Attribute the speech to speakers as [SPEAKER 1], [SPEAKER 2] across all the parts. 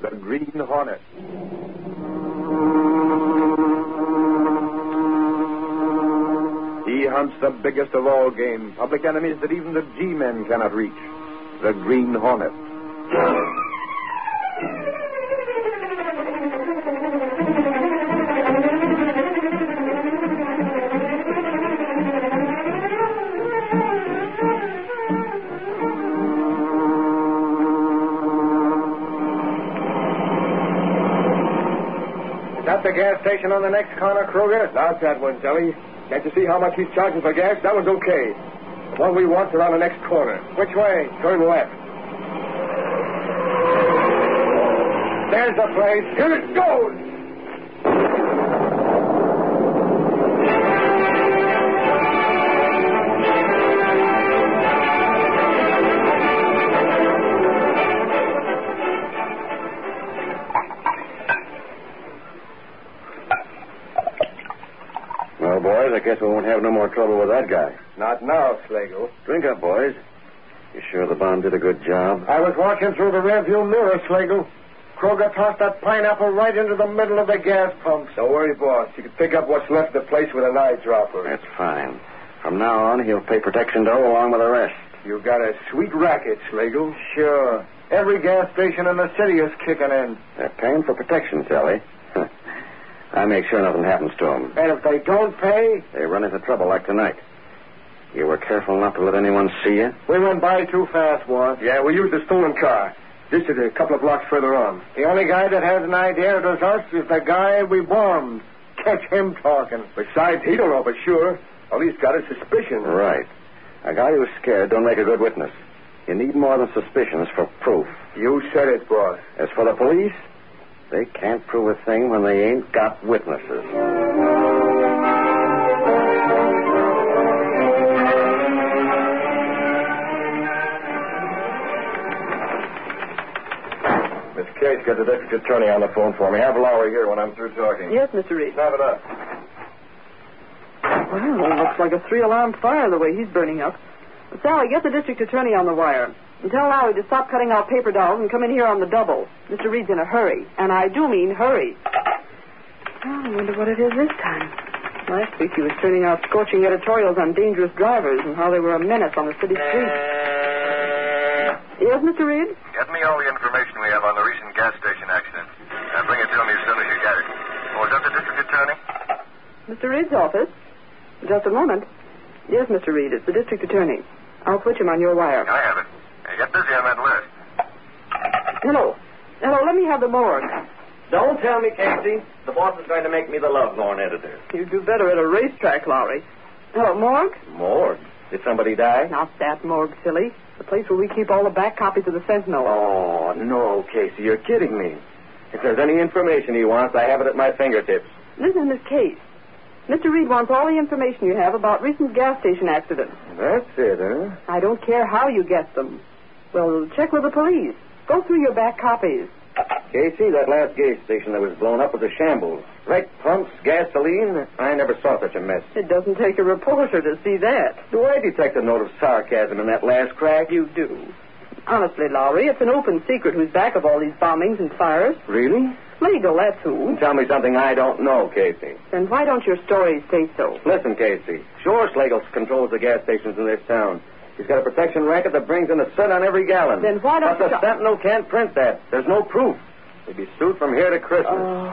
[SPEAKER 1] The Green Hornet. He hunts the biggest of all game, public enemies that even the G men cannot reach. The Green Hornet.
[SPEAKER 2] Is that the gas station on the next corner, Kruger? Not that one, Deli. Can't you see how much he's charging for gas? That one's okay. The one we want's around the next corner. Which way? Turn left. There's the place. Here it goes!
[SPEAKER 3] Well, boys, I guess we won't have no more trouble with that guy.
[SPEAKER 2] Not now, Slagle.
[SPEAKER 3] Drink up, boys. You sure the bomb did a good job?
[SPEAKER 2] I was watching through the rearview mirror, Slagle. Kroger tossed that pineapple right into the middle of the gas pump. Don't worry, boss. You can pick up what's left of the place with an eyedropper.
[SPEAKER 3] That's fine. From now on, he'll pay protection dough along with the rest.
[SPEAKER 2] You got a sweet racket, Slagle. Sure. Every gas station in the city is kicking in.
[SPEAKER 3] They're paying for protection, Sally. I make sure nothing happens to them.
[SPEAKER 2] And if they don't pay,
[SPEAKER 3] They run into trouble like tonight. You were careful not to let anyone see you?
[SPEAKER 2] we went by too fast, boss.
[SPEAKER 1] Yeah, we used the stolen car.
[SPEAKER 2] This is a couple of blocks further on. The only guy that has an idea it was us is the guy we bombed. Catch him talking.
[SPEAKER 1] Besides, he don't know for sure. Well, he's got a suspicion.
[SPEAKER 3] Right. A guy who's scared don't make a good witness. You need more than suspicions for proof.
[SPEAKER 1] You said it, boss.
[SPEAKER 3] As for the police, they can't prove a thing when they ain't got witnesses.
[SPEAKER 1] Miss Case got the district attorney on the phone for me. Have Lowry here when I'm through talking.
[SPEAKER 4] Yes, Mr. Reed.
[SPEAKER 1] Snap it up.
[SPEAKER 4] Well, it looks like a three alarm fire the way he's burning up. But Sally, get the district attorney on the wire. And tell Lowry to stop cutting out paper dolls and come in here on the double. Mr. Reed's in a hurry. And I do mean hurry. Well, I wonder what it is this time. Last week he was turning out scorching editorials on dangerous drivers and how they were a menace on the city streets. Yes, Mr. Reed?
[SPEAKER 5] Get me all the information we have on the recent gas station accident. And bring it to me as soon as you get it. Oh, is that the district attorney?
[SPEAKER 4] Mr. Reed's office? Just a moment. Yes, Mr. Reed, it's the district attorney. I'll put him on your wire.
[SPEAKER 5] I have it. Hey, get busy on that list.
[SPEAKER 4] Hello. Hello, let me have the morgue.
[SPEAKER 6] Don't tell me, Casey. The boss is going to make me the lovelorn editor.
[SPEAKER 4] You do better at a racetrack, Lowry. Hello, morgue?
[SPEAKER 6] Morgue. Did somebody die?
[SPEAKER 4] Not that morgue, silly. The place where we keep all the back copies of the Sentinel.
[SPEAKER 6] Oh, no, Casey. You're kidding me. If there's any information he wants, I have it at my fingertips.
[SPEAKER 4] Listen to this case. Mr. Reed wants all the information you have about recent gas station accidents.
[SPEAKER 6] That's it, huh?
[SPEAKER 4] I don't care how you get them. Well, check with the police. Go through your back copies.
[SPEAKER 6] Casey, that last gas station that was blown up was a shambles. Wreck pumps, gasoline. I never saw such a mess.
[SPEAKER 4] It doesn't take a reporter to see that.
[SPEAKER 6] Do I detect a note of sarcasm in that last crack? You do.
[SPEAKER 4] Honestly, Lowry, it's an open secret who's back of all these bombings and fires.
[SPEAKER 6] Really?
[SPEAKER 4] Legal, that's who.
[SPEAKER 6] Tell me something I don't know, Casey.
[SPEAKER 4] Then why don't your stories say so?
[SPEAKER 6] Listen, Casey. Sure, Slagle controls the gas stations in this town. He's got a protection racket that brings in a cent on every gallon.
[SPEAKER 4] Then why don't
[SPEAKER 6] But
[SPEAKER 4] you-
[SPEAKER 6] the Sentinel can't print that. There's no proof. They'd be sued from here to Christmas.
[SPEAKER 4] Oh,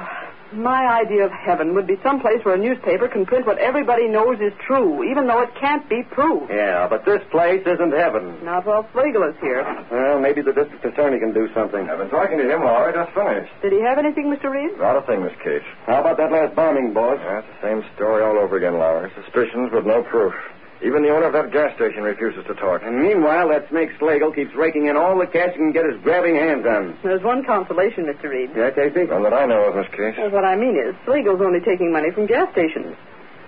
[SPEAKER 4] my idea of heaven would be some place where a newspaper can print what everybody knows is true, even though it can't be proved.
[SPEAKER 6] Yeah, but this place isn't heaven.
[SPEAKER 4] Not while Flagel is here.
[SPEAKER 6] Well, maybe the district attorney can do
[SPEAKER 3] Oh.
[SPEAKER 6] something.
[SPEAKER 1] I've been talking to him, Lowry. Just finished.
[SPEAKER 4] Did he have anything, Mr. Reed?
[SPEAKER 1] Not a thing, Miss Case.
[SPEAKER 6] How about that last bombing, boss?
[SPEAKER 1] Yeah, it's the same story all over again, Lowry. Suspicions, but no proof. Even the owner of that gas station refuses to talk.
[SPEAKER 6] And meanwhile, that snake Slagle keeps raking in all the cash he can get his grabbing hands on.
[SPEAKER 4] There's one consolation, Mr. Reed.
[SPEAKER 6] Yeah, Casey?
[SPEAKER 1] None that I know of, Miss Case.
[SPEAKER 4] Well, what I mean is, Flagel's only taking money from gas stations.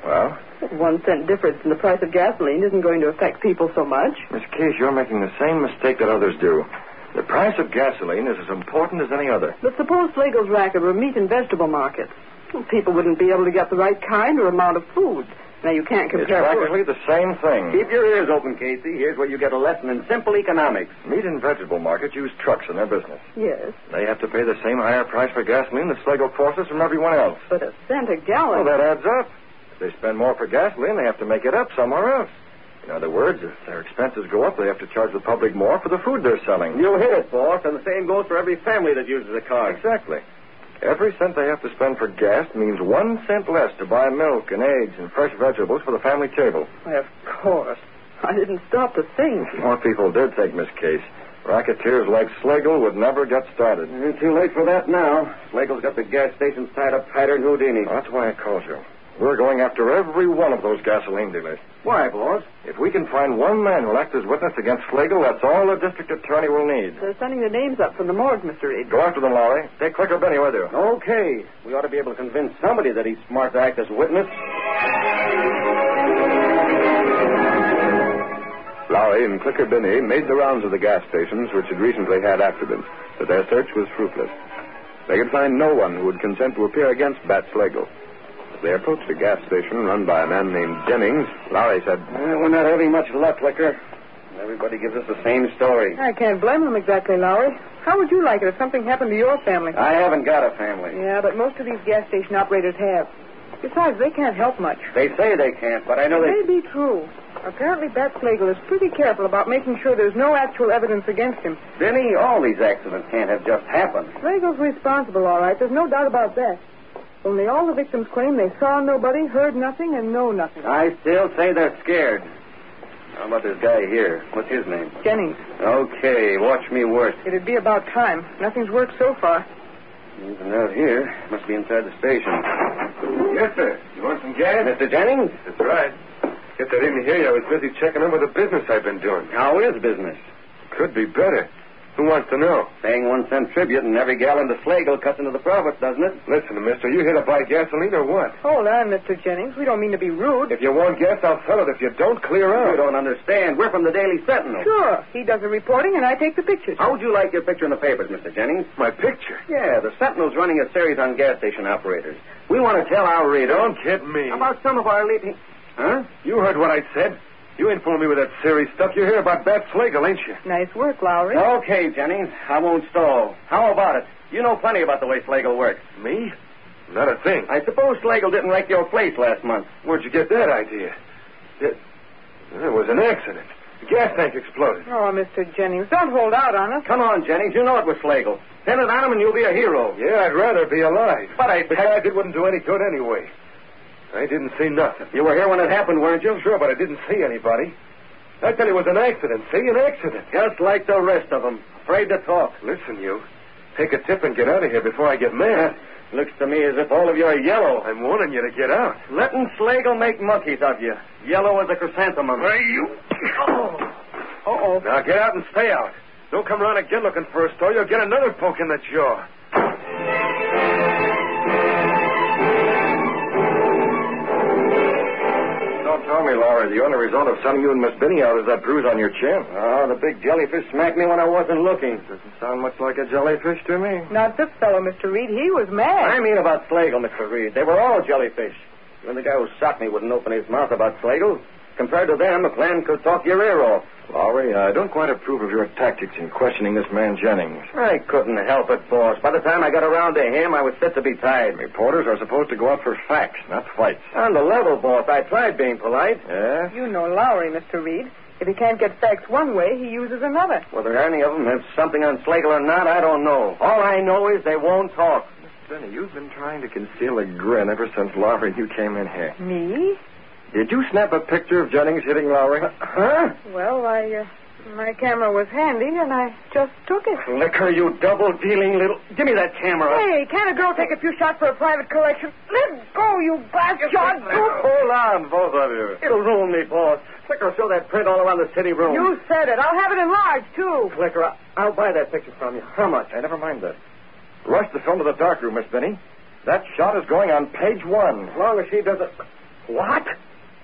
[SPEAKER 1] Well,
[SPEAKER 4] One cent difference in the price of gasoline isn't going to affect people so much.
[SPEAKER 1] Miss Case, you're making the same mistake that others do. The price of gasoline is as important as any other.
[SPEAKER 4] But suppose Flagel's racket were meat and vegetable markets. Well, people wouldn't be able to get the right kind or amount of food. Now, you can't
[SPEAKER 6] It's
[SPEAKER 4] compare.
[SPEAKER 6] practically the same thing.
[SPEAKER 3] Keep your ears open, Casey. Here's where you get a lesson in simple economics.
[SPEAKER 6] Meat and vegetable markets use trucks in their business.
[SPEAKER 4] Yes,
[SPEAKER 6] They have to pay the same higher price for gasoline that Sligo forces from everyone else.
[SPEAKER 4] but a cent a gallon.
[SPEAKER 6] Well, that adds up. If they spend more for gasoline, they have to make it up somewhere else. In other words, if their expenses go up, they have to charge the public more for the food they're selling.
[SPEAKER 3] You hit it, boss, and the same goes for every family that uses a car.
[SPEAKER 6] Exactly. Every cent they have to spend for gas means one cent less to buy milk and eggs and fresh vegetables for the family table.
[SPEAKER 4] Why, of course. I didn't stop to think.
[SPEAKER 6] More people did think, Miss Case. Racketeers like Slagle would never get started.
[SPEAKER 3] Too late for that now. Slagle's got the gas stations tied up tighter than Houdini.
[SPEAKER 6] Well, that's why I called you. We're going after every one of those gasoline dealers.
[SPEAKER 3] Why, boss?
[SPEAKER 6] If we can find one man who'll act as witness against Slagle, that's all the district attorney will need.
[SPEAKER 4] They're sending the names up from the morgue, Mr. Reed.
[SPEAKER 6] Go after them, Lowry. Take Quick or Benny with you.
[SPEAKER 3] Okay. We ought to be able to convince somebody that he's smart to act as a witness.
[SPEAKER 1] Lowry and Clicker Binney made the rounds of the gas stations which had recently had accidents, but their search was fruitless. They could find no one who would consent to appear against Bat Slagle. As they approached a gas station run by a man named Jennings, Lowry said,
[SPEAKER 3] Uh, we're not having much luck, Licker. Everybody gives us the same story.
[SPEAKER 4] I can't blame them exactly, Lowry. How would you like it if something happened to your family?
[SPEAKER 3] I haven't got a family.
[SPEAKER 4] Yeah, but most of these gas station operators have. Besides, they can't help much.
[SPEAKER 3] They say they can't, but I know they.
[SPEAKER 4] It may be true. Apparently, Bat Slagle is pretty careful about making sure there's no actual evidence against him.
[SPEAKER 3] Benny, all these accidents can't have just happened.
[SPEAKER 4] Slagle's responsible, all right. There's no doubt about that. Only all the victims claim they saw nobody, heard nothing, and know nothing.
[SPEAKER 3] I still say they're scared. How about this guy here? What's his name?
[SPEAKER 4] Jennings,
[SPEAKER 3] Okay, watch me work.
[SPEAKER 4] it'd be about time. Nothing's worked so far.
[SPEAKER 3] Even out here. Must be inside the station.
[SPEAKER 2] Yes, sir. You want some gas?
[SPEAKER 3] Mr. Jennings?
[SPEAKER 2] That's right. Guess I didn't hear you. I was busy checking over the business I've been doing.
[SPEAKER 3] How is business?
[SPEAKER 2] Could be better. Who wants to know?
[SPEAKER 3] Paying one cent tribute and every gallon to Slagle cuts into the profits, doesn't it?
[SPEAKER 2] Listen, mister, you here to buy gasoline or what?
[SPEAKER 4] Hold on, Mr. uh, Jennings. We don't mean to be rude.
[SPEAKER 2] If you want gas, I'll sell it. If you don't, clear out.
[SPEAKER 3] You don't understand. We're from the Daily Sentinel.
[SPEAKER 4] Sure. He does the reporting, and I take the pictures.
[SPEAKER 3] How would you like your picture in the papers, Mr. Jennings?
[SPEAKER 2] My picture.
[SPEAKER 3] Yeah, the Sentinel's running a series on gas station operators. We want to tell our readers
[SPEAKER 2] Don't kid me.
[SPEAKER 3] about some of our leading. Huh?
[SPEAKER 2] You heard what I said. You ain't fooling me with that serious stuff. You hear about Bat Slagle, ain't you?
[SPEAKER 4] Nice work, Lowry.
[SPEAKER 3] Okay, Jennings. I won't stall. How about it? You know plenty about the way Slagle works.
[SPEAKER 2] Me? Not a thing.
[SPEAKER 3] I suppose Slagle didn't wreck your place last month.
[SPEAKER 2] Where'd you get that idea? It, it was an accident. The gas tank exploded.
[SPEAKER 4] Oh, Mr. Jennings, don't hold out on us.
[SPEAKER 3] Come on, Jennings. You know it was Slagle. Send it on him and you'll be a hero.
[SPEAKER 2] Yeah, I'd rather be alive.
[SPEAKER 3] But I.
[SPEAKER 2] Besides, it wouldn't do any good anyway. I didn't see nothing.
[SPEAKER 3] You were here when it happened, weren't you?
[SPEAKER 2] Sure, but I didn't see anybody. I tell you, it was an accident. See, an accident.
[SPEAKER 3] Just like the rest of them. Afraid to talk.
[SPEAKER 2] Listen, you. Take a tip and get out of here before I get mad.
[SPEAKER 3] Looks to me as if all of you are yellow.
[SPEAKER 2] I'm warning you to get out.
[SPEAKER 3] Letting Slagle make monkeys of you. Yellow as a chrysanthemum.
[SPEAKER 2] Uh-oh. Now get out and stay out. Don't come around again looking for a store. You'll get another poke in the jaw.
[SPEAKER 6] Don't tell me, Laura, the only result of sending you and Miss Benny out is that bruise on your chin.
[SPEAKER 3] Oh, the big jellyfish smacked me when I wasn't looking.
[SPEAKER 6] Doesn't sound much like a jellyfish to me.
[SPEAKER 4] Not this fellow, Mr. Reed. He was mad.
[SPEAKER 3] I mean about Slagle, Mr. Reed. They were all jellyfish. Even the guy who shot me wouldn't open his mouth about Slagle. Compared to them, a plan could talk your ear off.
[SPEAKER 6] Lowry, I don't quite approve of your tactics in questioning this man Jennings.
[SPEAKER 3] I couldn't help it, boss. By the time I got around to him, I was fit to be tied.
[SPEAKER 6] Reporters are supposed to go out for facts, not fights.
[SPEAKER 3] On the level, boss, I tried being polite.
[SPEAKER 6] Yes?
[SPEAKER 4] You know Lowry, Mr. Reed. If he can't get facts one way, he uses another.
[SPEAKER 3] Whether any of them have something on Slagle or not, I don't know. All I know is they won't talk.
[SPEAKER 6] Benny, you've been trying to conceal a grin ever since Lowry and you came in here.
[SPEAKER 4] Me?
[SPEAKER 6] Did you snap a picture of Jennings hitting Lowry?
[SPEAKER 3] Uh, Huh?
[SPEAKER 4] Well, I, uh, my camera was handy, and I just took it.
[SPEAKER 3] Liquor, you double dealing little. Give me that camera.
[SPEAKER 4] Hey, can a girl take a few shots for a private collection? Let go, you bastard!
[SPEAKER 3] Hold on, both of you. It'll ruin me, boss. Clicker, show that print all around the city room.
[SPEAKER 4] You said it. I'll have it enlarged, too.
[SPEAKER 3] Clicker, I- I'll buy that picture from you. How much?
[SPEAKER 6] Hey, never mind that. Rush the film to the dark room, Miss Benny. That shot is going on page one.
[SPEAKER 3] As long as she doesn't. What?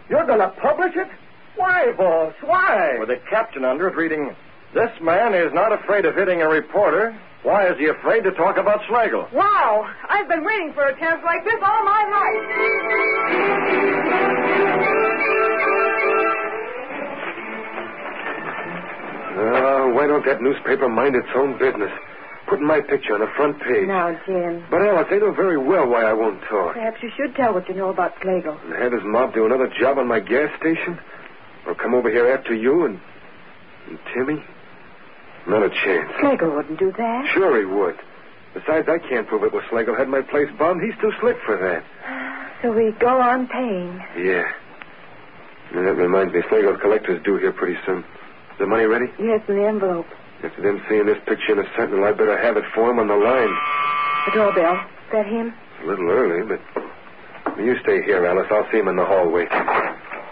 [SPEAKER 3] You're going to publish it? Why, boss? Why?
[SPEAKER 6] With a caption under it reading, This man is not afraid of hitting a reporter. Why is he afraid to talk about Schlegel?
[SPEAKER 4] Wow, I've been waiting for a chance like this all my life.
[SPEAKER 6] Uh, why don't that newspaper mind its own business? Putting my picture on the front page.
[SPEAKER 7] Now, Jim,
[SPEAKER 6] But, Alice, they know very well why I won't talk.
[SPEAKER 7] perhaps you should tell what you know about Slagle.
[SPEAKER 6] And have his mob do another job on my gas station? Or come over here after you and, and Timmy? Not a chance.
[SPEAKER 7] Slagle wouldn't do that.
[SPEAKER 6] Sure he would. Besides, I can't prove it was Slagle had my place bombed. He's too slick for that.
[SPEAKER 7] So we go on paying.
[SPEAKER 6] Yeah. And that reminds me, Slagle's collector's due here pretty soon. Is the money ready?
[SPEAKER 7] Yes, in the envelope.
[SPEAKER 6] After them seeing this picture in a sentinel, I better have it for him on the line.
[SPEAKER 7] The doorbell. Is that him?
[SPEAKER 6] It's a little early, but you stay here, Alice. I'll see him in the hallway.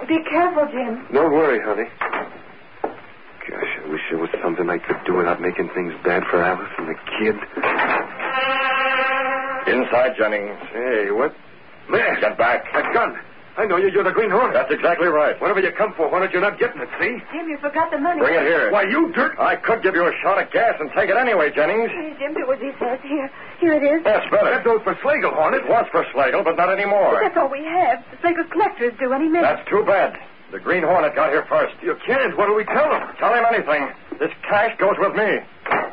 [SPEAKER 7] Be careful, Jim.
[SPEAKER 6] Don't worry, honey. Gosh, I wish there was something I could do without making things bad for Alice and the kid.
[SPEAKER 3] Inside, Jennings.
[SPEAKER 6] Hey, what? Man,
[SPEAKER 3] Get back.
[SPEAKER 6] that gun! I know you. You're the Green Hornet.
[SPEAKER 3] That's exactly right.
[SPEAKER 6] Whatever you come for, why don't you not getting it? See?
[SPEAKER 7] Jim, you forgot the money.
[SPEAKER 3] Bring it here.
[SPEAKER 6] Why, you dirt.
[SPEAKER 3] I could give you a shot of gas and take it anyway, Jennings.
[SPEAKER 7] Please, Jim, do what he says. Here. Here it is.
[SPEAKER 3] That's
[SPEAKER 6] That
[SPEAKER 3] better.
[SPEAKER 6] goes for Slagle, Hornet.
[SPEAKER 3] It was for Slagle, but not anymore.
[SPEAKER 7] That's all we have. The Slagle's collector is due any minute.
[SPEAKER 3] That's too bad. The Green Hornet got here first.
[SPEAKER 6] You can't. What do we tell him?
[SPEAKER 3] Tell him anything. This cash goes with me.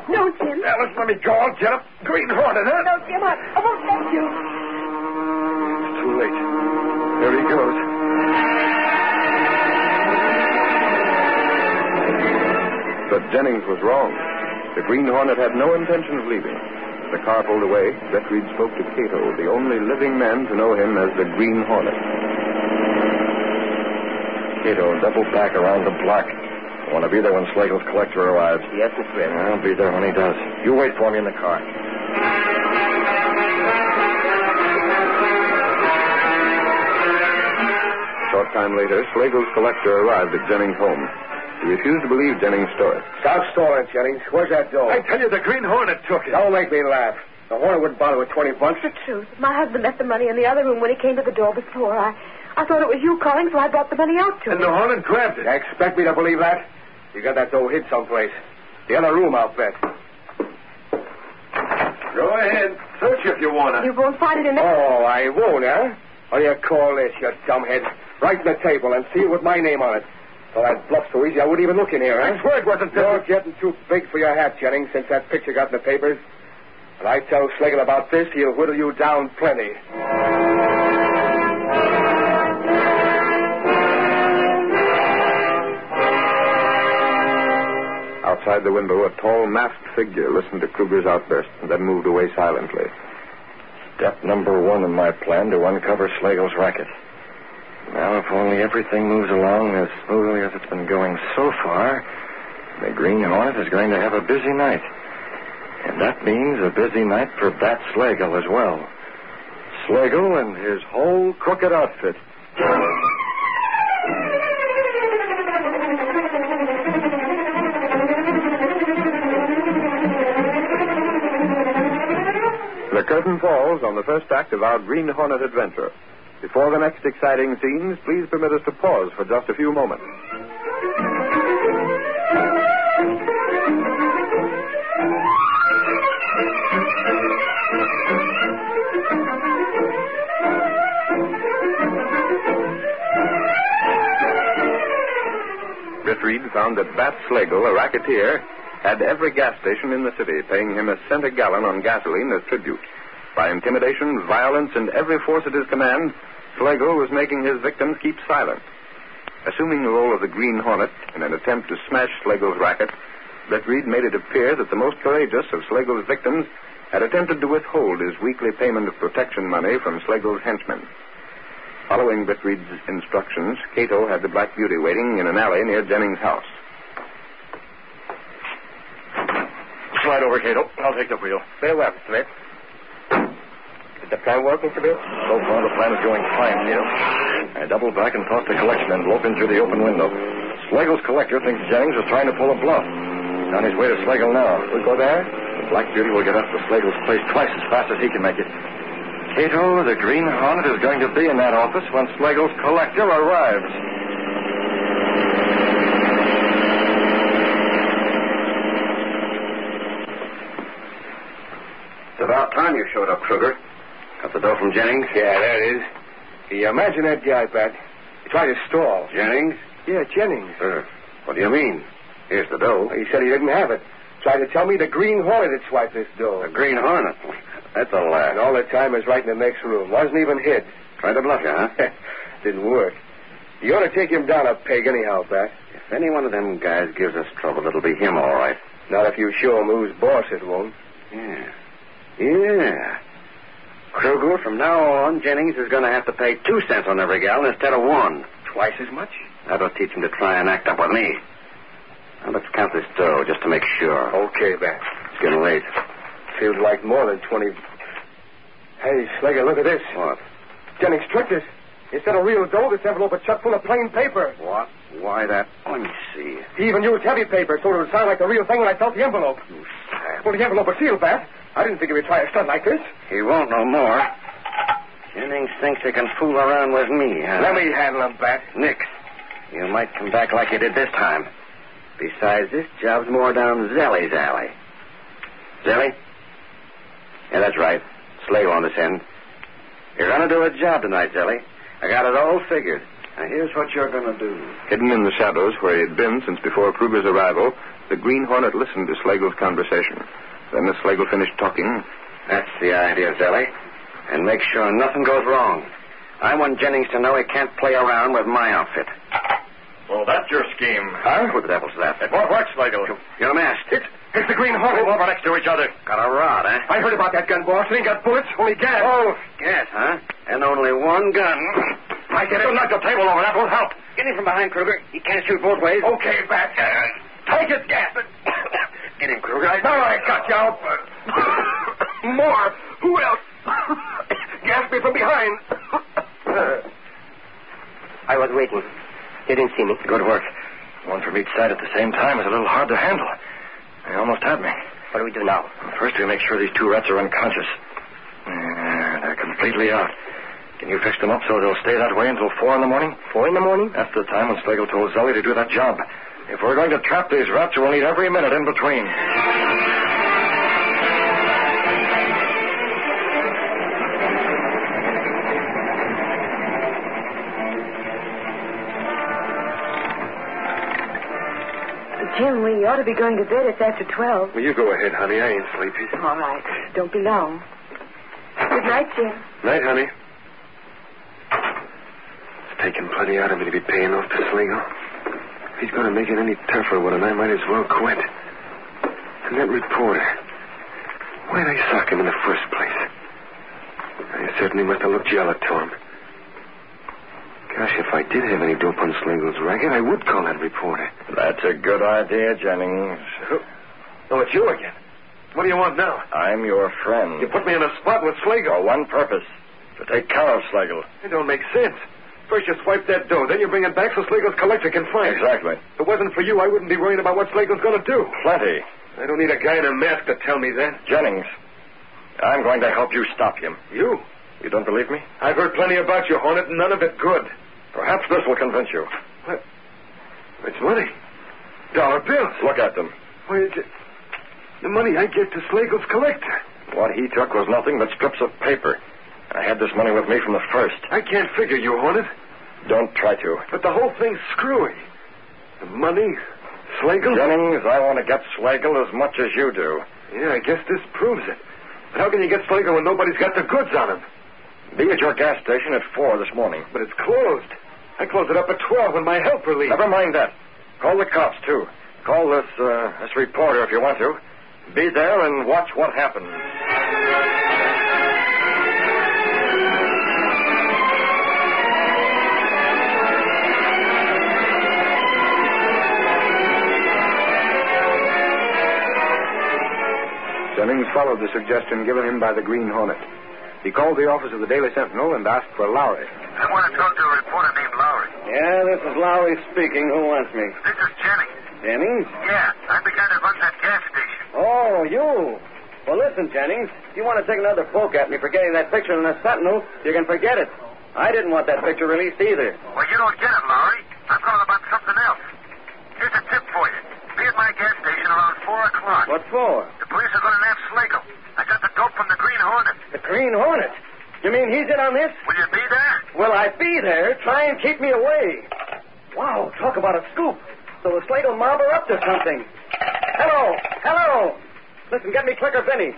[SPEAKER 7] No, Jim.
[SPEAKER 3] Alice, let me go. I'll get up. Green Hornet, huh?
[SPEAKER 7] No, Jim, I, I won't let you.
[SPEAKER 6] It's too late. There he goes.
[SPEAKER 1] But Jennings was wrong. The Green Hornet had no intention of leaving. The car pulled away. Beckreed spoke to Cato, the only living man to know him as the Green Hornet.
[SPEAKER 6] Cato, double back around the block. I want to be there when Slagle's collector arrives.
[SPEAKER 3] Yes, it's ready.
[SPEAKER 6] I'll be there when he does. You wait for me in the car.
[SPEAKER 1] Short time later, Slagle's collector arrived at Jennings' home. He refused to believe Jennings' story.
[SPEAKER 2] Stop stalling, Jennings. Where's that door?
[SPEAKER 6] I tell you, the Green Hornet took it.
[SPEAKER 2] Don't make me laugh. The hornet wouldn't bother with 20 bucks.
[SPEAKER 7] It's the truth. My husband left the money in the other room when he came to the door before. I, I thought it was you calling, so I brought the money out to
[SPEAKER 6] And
[SPEAKER 7] him.
[SPEAKER 6] the Hornet grabbed it.
[SPEAKER 2] You expect me to believe that? You got that door hid someplace. The other room, I'll bet.
[SPEAKER 6] Go ahead. Search if you want
[SPEAKER 7] You won't find it in there.
[SPEAKER 2] Oh, I won't, huh? What do you call this, you dumbhead? Right in the table and seal with my name on it. Well, that bluff so easy I wouldn't even look in here, huh?
[SPEAKER 6] I swear it wasn't
[SPEAKER 2] You're getting too big for your hat, Jennings, since that picture got in the papers. When I tell Schlegel about this, he'll whittle you down plenty.
[SPEAKER 1] Outside the window, a tall, masked figure listened to Kruger's outburst and then moved away silently.
[SPEAKER 6] Step number one in my plan to uncover Slagle's racket. Now, if only everything moves along as smoothly as it's been going so far, the Green Hornet is going to have a busy night. And that means a busy night for Bat Slagle as well. Slagle and his whole crooked outfit.
[SPEAKER 1] The curtain falls on the first act of our Green Hornet adventure. Before the next exciting scenes, please permit us to pause for just a few moments. Miss Reed found that Bat Slagle, a racketeer, had every gas station in the city paying him a cent a gallon on gasoline as tribute. By intimidation, violence, and every force at his command, Slagle was making his victims keep silent. Assuming the role of the Green Hornet in an attempt to smash Slagle's racket, Brett Reed made it appear that the most courageous of Slagle's victims had attempted to withhold his weekly payment of protection money from Slagle's henchmen. Following Bittreed's instructions, Cato had the Black Beauty waiting in an alley near Jennings' house.
[SPEAKER 3] Slide over, Cato. I'll take the wheel.
[SPEAKER 2] Very well, Smith. Is the plan working, Seville?
[SPEAKER 6] So far, the plan is going fine, Neil. I doubled back and tossed the collection envelope in through the open window. Slagle's collector thinks Jennings is trying to pull a bluff. He's on his way to Slagle now. We'll go there? The Black Beauty will get up to Slagle's place twice as fast as he can make it. Cato, the Green Hornet is going to be in that office when Slagle's collector arrives.
[SPEAKER 3] It's about time you showed up, Kruger. Got the dough from Jennings?
[SPEAKER 2] Yeah, there it is. You imagine that guy, Pat. He tried to stall.
[SPEAKER 3] Jennings?
[SPEAKER 2] Yeah, Jennings.
[SPEAKER 3] Sir. Uh, What do you mean? Here's the dough.
[SPEAKER 8] He said he didn't have it. Tried to tell me the Green Hornet had swiped this dough.
[SPEAKER 3] A green hornet. That's a lie.
[SPEAKER 8] And all the time is right in the next room. Wasn't even hid.
[SPEAKER 3] Tried to bluff you, huh?
[SPEAKER 8] Didn't work. You ought to take him down a peg anyhow, Pat.
[SPEAKER 3] If any one of them guys gives us trouble, it'll be him, all right.
[SPEAKER 8] Not if you show him who's boss, it won't.
[SPEAKER 3] Yeah. Yeah. Kruger, from now on, Jennings is going to have to pay two cents on every gallon instead of one.
[SPEAKER 8] Twice as much?
[SPEAKER 3] That'll teach him to try and act up with me. Now, let's count this dough just to make sure.
[SPEAKER 8] Okay, Pat.
[SPEAKER 3] It's getting late.
[SPEAKER 8] Feels like more than 20. Hey, Slager, look at this.
[SPEAKER 3] What?
[SPEAKER 8] Jennings tricked us. Instead of real dough, this envelope is chucked full of plain paper.
[SPEAKER 3] What? Why that? Let me see.
[SPEAKER 8] He even used heavy paper so it would sound like the real thing when I felt the envelope.
[SPEAKER 3] You sap.
[SPEAKER 8] Well, the envelope was sealed, Bat. I didn't think he would try a stunt like this.
[SPEAKER 3] He won't no more. Jennings thinks he can fool around with me, huh?
[SPEAKER 8] Let me handle him, Bat.
[SPEAKER 3] Nick, you might come back like you did this time. Besides, this job's more down Zelly's alley. Zelly? Yeah, that's right. Slave on this end. You're going to do a job tonight, Zelly. I got it all figured. Now, here's what you're going to do.
[SPEAKER 9] Hidden in the shadows where he had been since before Kruger's arrival, the Green Hornet listened to Slagle's conversation. Then as Slagle finished talking,
[SPEAKER 3] That's the idea, Zelly. And make sure nothing goes wrong. I want Jennings to know he can't play around with my outfit.
[SPEAKER 6] Well, that's your scheme.
[SPEAKER 3] Huh? Who the devil's that?
[SPEAKER 6] It won't work, Slagle.
[SPEAKER 3] You're masked. It.
[SPEAKER 8] It's the Green Hornet.
[SPEAKER 6] Over next to each other.
[SPEAKER 3] Got a rod, eh?
[SPEAKER 8] I heard about that gun, boss. It ain't got bullets, only gas.
[SPEAKER 3] Oh, yes, huh? And only one gun.
[SPEAKER 6] I get it. Don't knock the table over. That won't help.
[SPEAKER 3] Get him from behind, Kruger. He can't shoot both ways.
[SPEAKER 6] Okay, Bat. take it, Gaspard.
[SPEAKER 3] Get him, Kruger.
[SPEAKER 6] All right, got you out. More. Who else? Gasp me from behind.
[SPEAKER 10] I was waiting. You didn't see me.
[SPEAKER 11] Good work. One from each side at the same time is a little hard to handle. They almost had me.
[SPEAKER 10] What do we do now?
[SPEAKER 11] First, we make sure these two rats are unconscious. Yeah, they're completely out. Can you fix them up so they'll stay that way until four in the morning?
[SPEAKER 10] Four in the morning?
[SPEAKER 11] That's the time when Slagle told Zully to do that job. If we're going to trap these rats, we'll need every minute in between.
[SPEAKER 7] Jim, we ought to be going to bed. It's after 12.
[SPEAKER 11] Well, you go ahead, honey. I ain't sleepy.
[SPEAKER 7] All right. Don't be long. Good night, Jim.
[SPEAKER 11] Night, honey. It's taking plenty out of me to be paying off to Slingo. If he's going to make it any tougher with it, I might as well quit. And that reporter. Why did I sock him in the first place? I certainly must have looked yellow to him. Gosh, if I did have any dope on Slingle's racket, I would call that reporter.
[SPEAKER 12] That's a good idea, Jennings.
[SPEAKER 6] Oh, it's you again. What do you want now?
[SPEAKER 12] I'm your friend.
[SPEAKER 6] You put me in a spot with Slagle.
[SPEAKER 12] For one purpose. To take care of Slagle.
[SPEAKER 6] It don't make sense. First you swipe that dough, then you bring it back so Slagle's collector can find it.
[SPEAKER 12] Exactly.
[SPEAKER 6] If it wasn't for you, I wouldn't be worrying about what Slagle's going to do.
[SPEAKER 12] Plenty.
[SPEAKER 6] I don't need a guy in a mask to tell me that.
[SPEAKER 12] Jennings, I'm going to help you stop him.
[SPEAKER 6] You?
[SPEAKER 12] You don't believe me?
[SPEAKER 6] I've heard plenty about you, Hornet, and none of it good.
[SPEAKER 12] Perhaps this will convince you.
[SPEAKER 6] What? It's money. Dollar bills.
[SPEAKER 12] Look at them.
[SPEAKER 6] Why, it's, uh, the money I give to Slagle's collector.
[SPEAKER 12] What he took was nothing but strips of paper. I had this money with me from the first.
[SPEAKER 6] I can't figure you, Hornet,
[SPEAKER 12] Don't try to.
[SPEAKER 6] but the whole thing's screwy. The money, Slagle.
[SPEAKER 12] Jennings, I want to get Slagle as much as you do.
[SPEAKER 6] Yeah, I guess this proves it. But how can you get Slagle when nobody's got the goods on him?
[SPEAKER 12] Be at your gas station at four this morning.
[SPEAKER 6] But it's closed. I closed it up at 12 when my helper leaves.
[SPEAKER 12] Never mind that. Call the cops, too. Call this, uh, this reporter if you want to. Be there and watch what happens.
[SPEAKER 9] Jennings followed the suggestion given him by the Green Hornet. He called the office of the Daily Sentinel and asked for Lowry.
[SPEAKER 3] I want to talk to a reporter named Lowry.
[SPEAKER 12] Yeah, this is Lowry speaking. Who wants me?
[SPEAKER 3] This is Jennings.
[SPEAKER 12] Jennings?
[SPEAKER 3] Yeah, I'm the guy that runs that gas station.
[SPEAKER 12] Oh, you. Well, listen, Jennings. If you want to take another poke at me for getting that picture in the Sentinel, you can forget it. I didn't want that picture released either.
[SPEAKER 3] Well, you don't get it, Lowry. I'm calling about something else. Here's a tip for you. Be at my gas station around 4 o'clock.
[SPEAKER 12] What for?
[SPEAKER 3] The police are going to nab Slagle. I got the dope from the Green Hornet.
[SPEAKER 12] The Green Hornet. You mean he's in on this?
[SPEAKER 3] Will you be there?
[SPEAKER 12] Will I be there? Try and keep me away. Wow, talk about a scoop. So the Slagle mob are up to something. Hello, hello. Listen, get me Clicker Benny.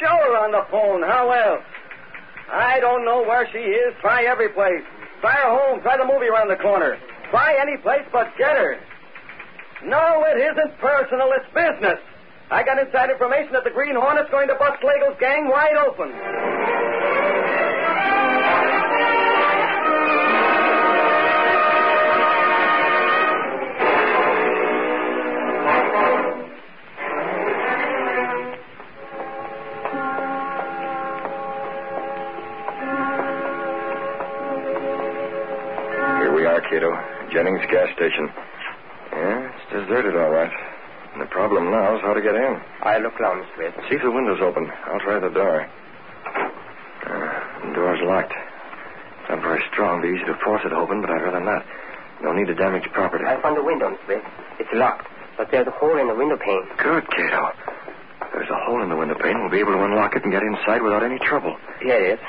[SPEAKER 12] Show her on the phone. How well? I don't know where she is. Try every place. Try her home. Try the movie around the corner. Try any place but get her. No, it isn't personal. It's business. I got inside information that the Green Hornet's going to bust Slagle's gang wide open.
[SPEAKER 3] Here we are, Cato. Jennings gas station. Yeah, it's deserted, all right. The problem now is how to get in.
[SPEAKER 13] I look round, Mr. Wade.
[SPEAKER 3] See if the window's open. I'll try the door. Uh, the door's locked. It's not very strong. It'd be easy to force it open, but I'd rather not. No need to damage property.
[SPEAKER 13] I found the window, Miss Wade. It's locked, but there's a hole in the window pane.
[SPEAKER 3] Good, Cato. There's a hole in the window pane. We'll be able to unlock it and get inside without any trouble.
[SPEAKER 13] Here it is.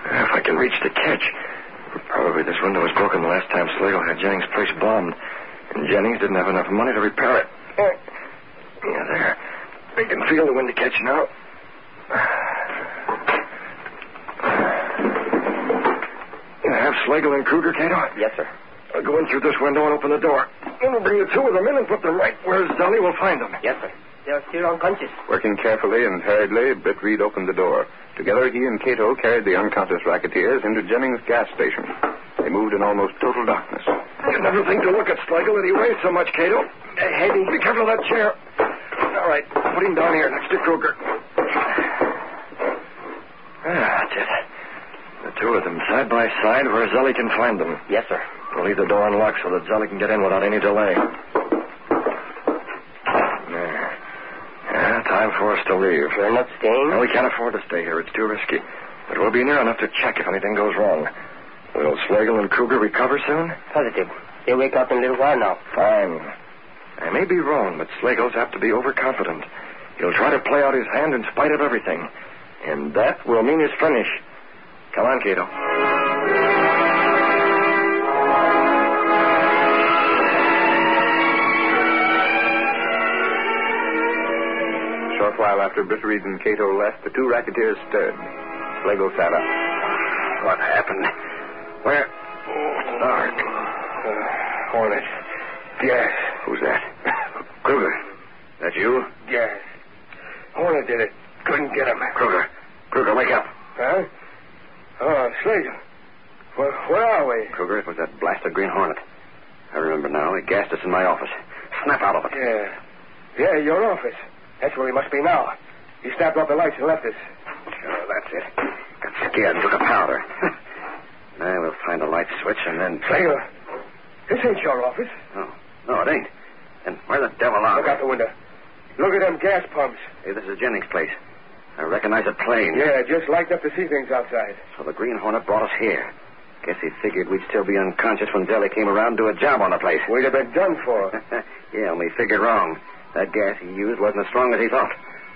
[SPEAKER 3] If I can reach the catch. Probably this window was broken the last time Slagle had Jennings' place bombed. And Jennings didn't have enough money to repair it. Yeah, there. I can feel the wind catch now. You have Slagle and Kruger, Cato?
[SPEAKER 13] Yes, sir.
[SPEAKER 3] I'll go in through this window and open the door. Then we'll bring the two of them in and put them right where Zelly will find them.
[SPEAKER 13] Yes, sir. They're still unconscious.
[SPEAKER 14] Working carefully and hurriedly, Britt Reed opened the door. Together, he and Cato carried the unconscious racketeers into Jennings' gas station. They moved in almost total darkness.
[SPEAKER 3] You never think to look at Slagle that he weighs so much, Cato. Hey, Heavy. Be careful of that chair. All right, put him down here next to Kruger. Ah, that's it. The two of them side by side where Zelly can find them.
[SPEAKER 13] Yes, sir.
[SPEAKER 3] We'll leave the door unlocked so that Zelly can get in without any delay. There. Yeah, time for us to leave.
[SPEAKER 13] We're not staying.
[SPEAKER 3] No, we can't afford to stay here. It's too risky. But we'll be near enough to check if anything goes wrong. Will Slagle and Kruger recover soon?
[SPEAKER 13] Positive. They wake up in a little while now.
[SPEAKER 3] Fine. I may be wrong, but Slagle's apt to be overconfident. He'll try to play out his hand in spite of everything. And that will mean his finish. Come on, Cato.
[SPEAKER 14] A short while after Britt Reed and Cato left, the two racketeers stirred. Slagle sat up.
[SPEAKER 3] What happened? Where? Oh, it's dark. Uh, Hornet.
[SPEAKER 6] Yes.
[SPEAKER 3] Who's that? Kruger. That you?
[SPEAKER 6] Yes. Horner did it. Couldn't get him.
[SPEAKER 3] Kruger. Kruger, wake up.
[SPEAKER 6] Huh? Oh, Slagle. Where, where are we?
[SPEAKER 15] Kruger, it was that blasted Green Hornet. I remember now. He gassed us in my office. Snap out of it.
[SPEAKER 6] Yeah. Yeah, your office. That's where we must be now. He snapped off the lights and left us.
[SPEAKER 15] Sure, Oh, that's it. Got scared and took a powder. now we'll find a light switch and then.
[SPEAKER 6] Slagle, this ain't your office.
[SPEAKER 15] No, no, it ain't. Then where the devil are
[SPEAKER 6] Look
[SPEAKER 15] we?
[SPEAKER 6] out the window. Look at them gas pumps.
[SPEAKER 15] Hey, this is Jennings' place. I recognize a plane.
[SPEAKER 6] Yeah, just light up to see things outside.
[SPEAKER 15] So the Green Hornet brought us here. Guess he figured we'd still be unconscious when Zelly came around to do a job on the place.
[SPEAKER 6] We'd have been done for.
[SPEAKER 15] yeah, only he figured wrong. That gas he used wasn't as strong as he thought.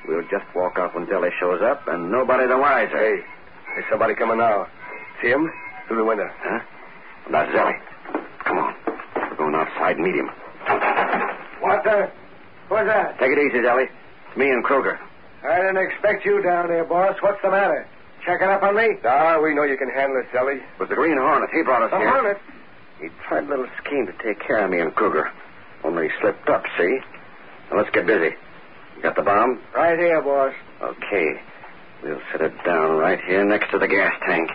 [SPEAKER 15] We'll just walk off when Zelly shows up, and nobody the wiser.
[SPEAKER 6] hey, there's somebody coming now. See him? Through the window.
[SPEAKER 15] Huh? About Zelly. Come on. We're going outside and meet him.
[SPEAKER 16] What the? What's that?
[SPEAKER 15] Take it easy, Zelly. It's me and Kruger.
[SPEAKER 16] I didn't expect you down there, boss. What's the matter? Checking up on me?
[SPEAKER 6] Ah, we know you can handle it, Sally.
[SPEAKER 15] It was the Green Hornet. He brought us
[SPEAKER 16] The
[SPEAKER 15] here.
[SPEAKER 16] Hornet?
[SPEAKER 15] He tried a little scheme to take care of me and Kruger. Only he slipped up, see? Now let's get busy. You got the bomb?
[SPEAKER 16] Right here, boss.
[SPEAKER 15] Okay. We'll set it down right here next to the gas tank.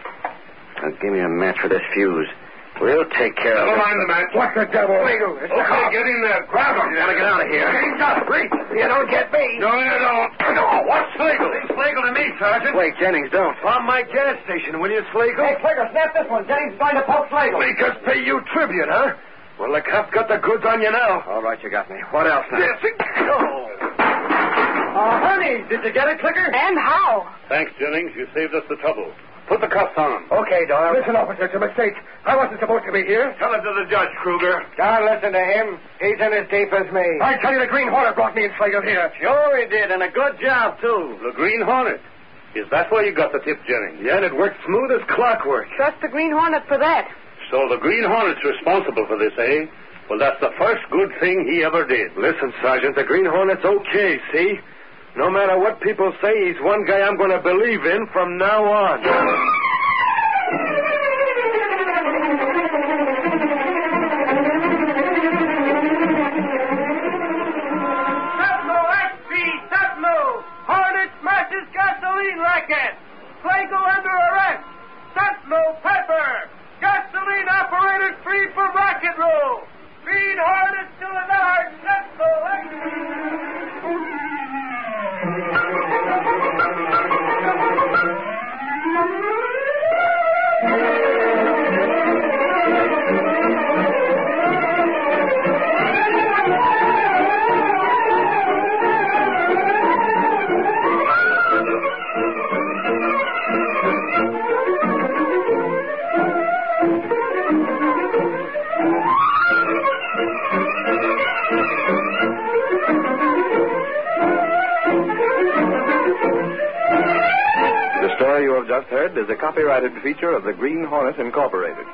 [SPEAKER 15] Now give me a match for this fuse. We'll take care of it.
[SPEAKER 6] mind the man. What the devil? Legal. It's okay, get in there. Grab
[SPEAKER 15] You
[SPEAKER 6] him.
[SPEAKER 15] gotta get out of here.
[SPEAKER 6] You don't get me. No, you don't. No, what's legal? It's legal to me, Sergeant.
[SPEAKER 15] Wait, Jennings, don't.
[SPEAKER 6] Bomb my gas station, will you, Slagle? Hey, Slagle, snap this one. Jennings going to poke Slagle. We just pay you tribute, huh? Well, the cop got the goods on you now.
[SPEAKER 15] All right, you got me. What else now?
[SPEAKER 6] Yes, it- oh.
[SPEAKER 16] honey, did you get it, Clicker?
[SPEAKER 4] And how?
[SPEAKER 17] Thanks, Jennings. You saved us the trouble. Put the cuffs on.
[SPEAKER 16] Okay, Doyle.
[SPEAKER 6] Listen, officer, it's a mistake. I wasn't supposed to be here.
[SPEAKER 17] Tell it to the judge, Kruger.
[SPEAKER 16] Don't listen to him. He's in as deep as me.
[SPEAKER 6] I tell you, the Green Hornet brought me and Slagle here.
[SPEAKER 12] Sure he did, and a good job, too.
[SPEAKER 17] The Green Hornet. Is that where you got the tip, Jennings?
[SPEAKER 6] Yeah, and it worked smooth as clockwork.
[SPEAKER 4] Trust the Green Hornet for that.
[SPEAKER 18] So the Green Hornet's responsible for this, eh? Well, that's the first good thing he ever did.
[SPEAKER 3] Listen, Sergeant, the Green Hornet's okay, see? No matter what people say, he's one guy I'm going to believe in from now on.
[SPEAKER 12] Stop move, XP, stop move. Hornet smashes gasoline racket. Flagel under arrest. Stop move, Pepper. Gasoline operator free for rocket rule. Green Hornet to the large. Stop move,
[SPEAKER 6] The story you have just heard is a copyrighted feature of the Green Hornet Incorporated.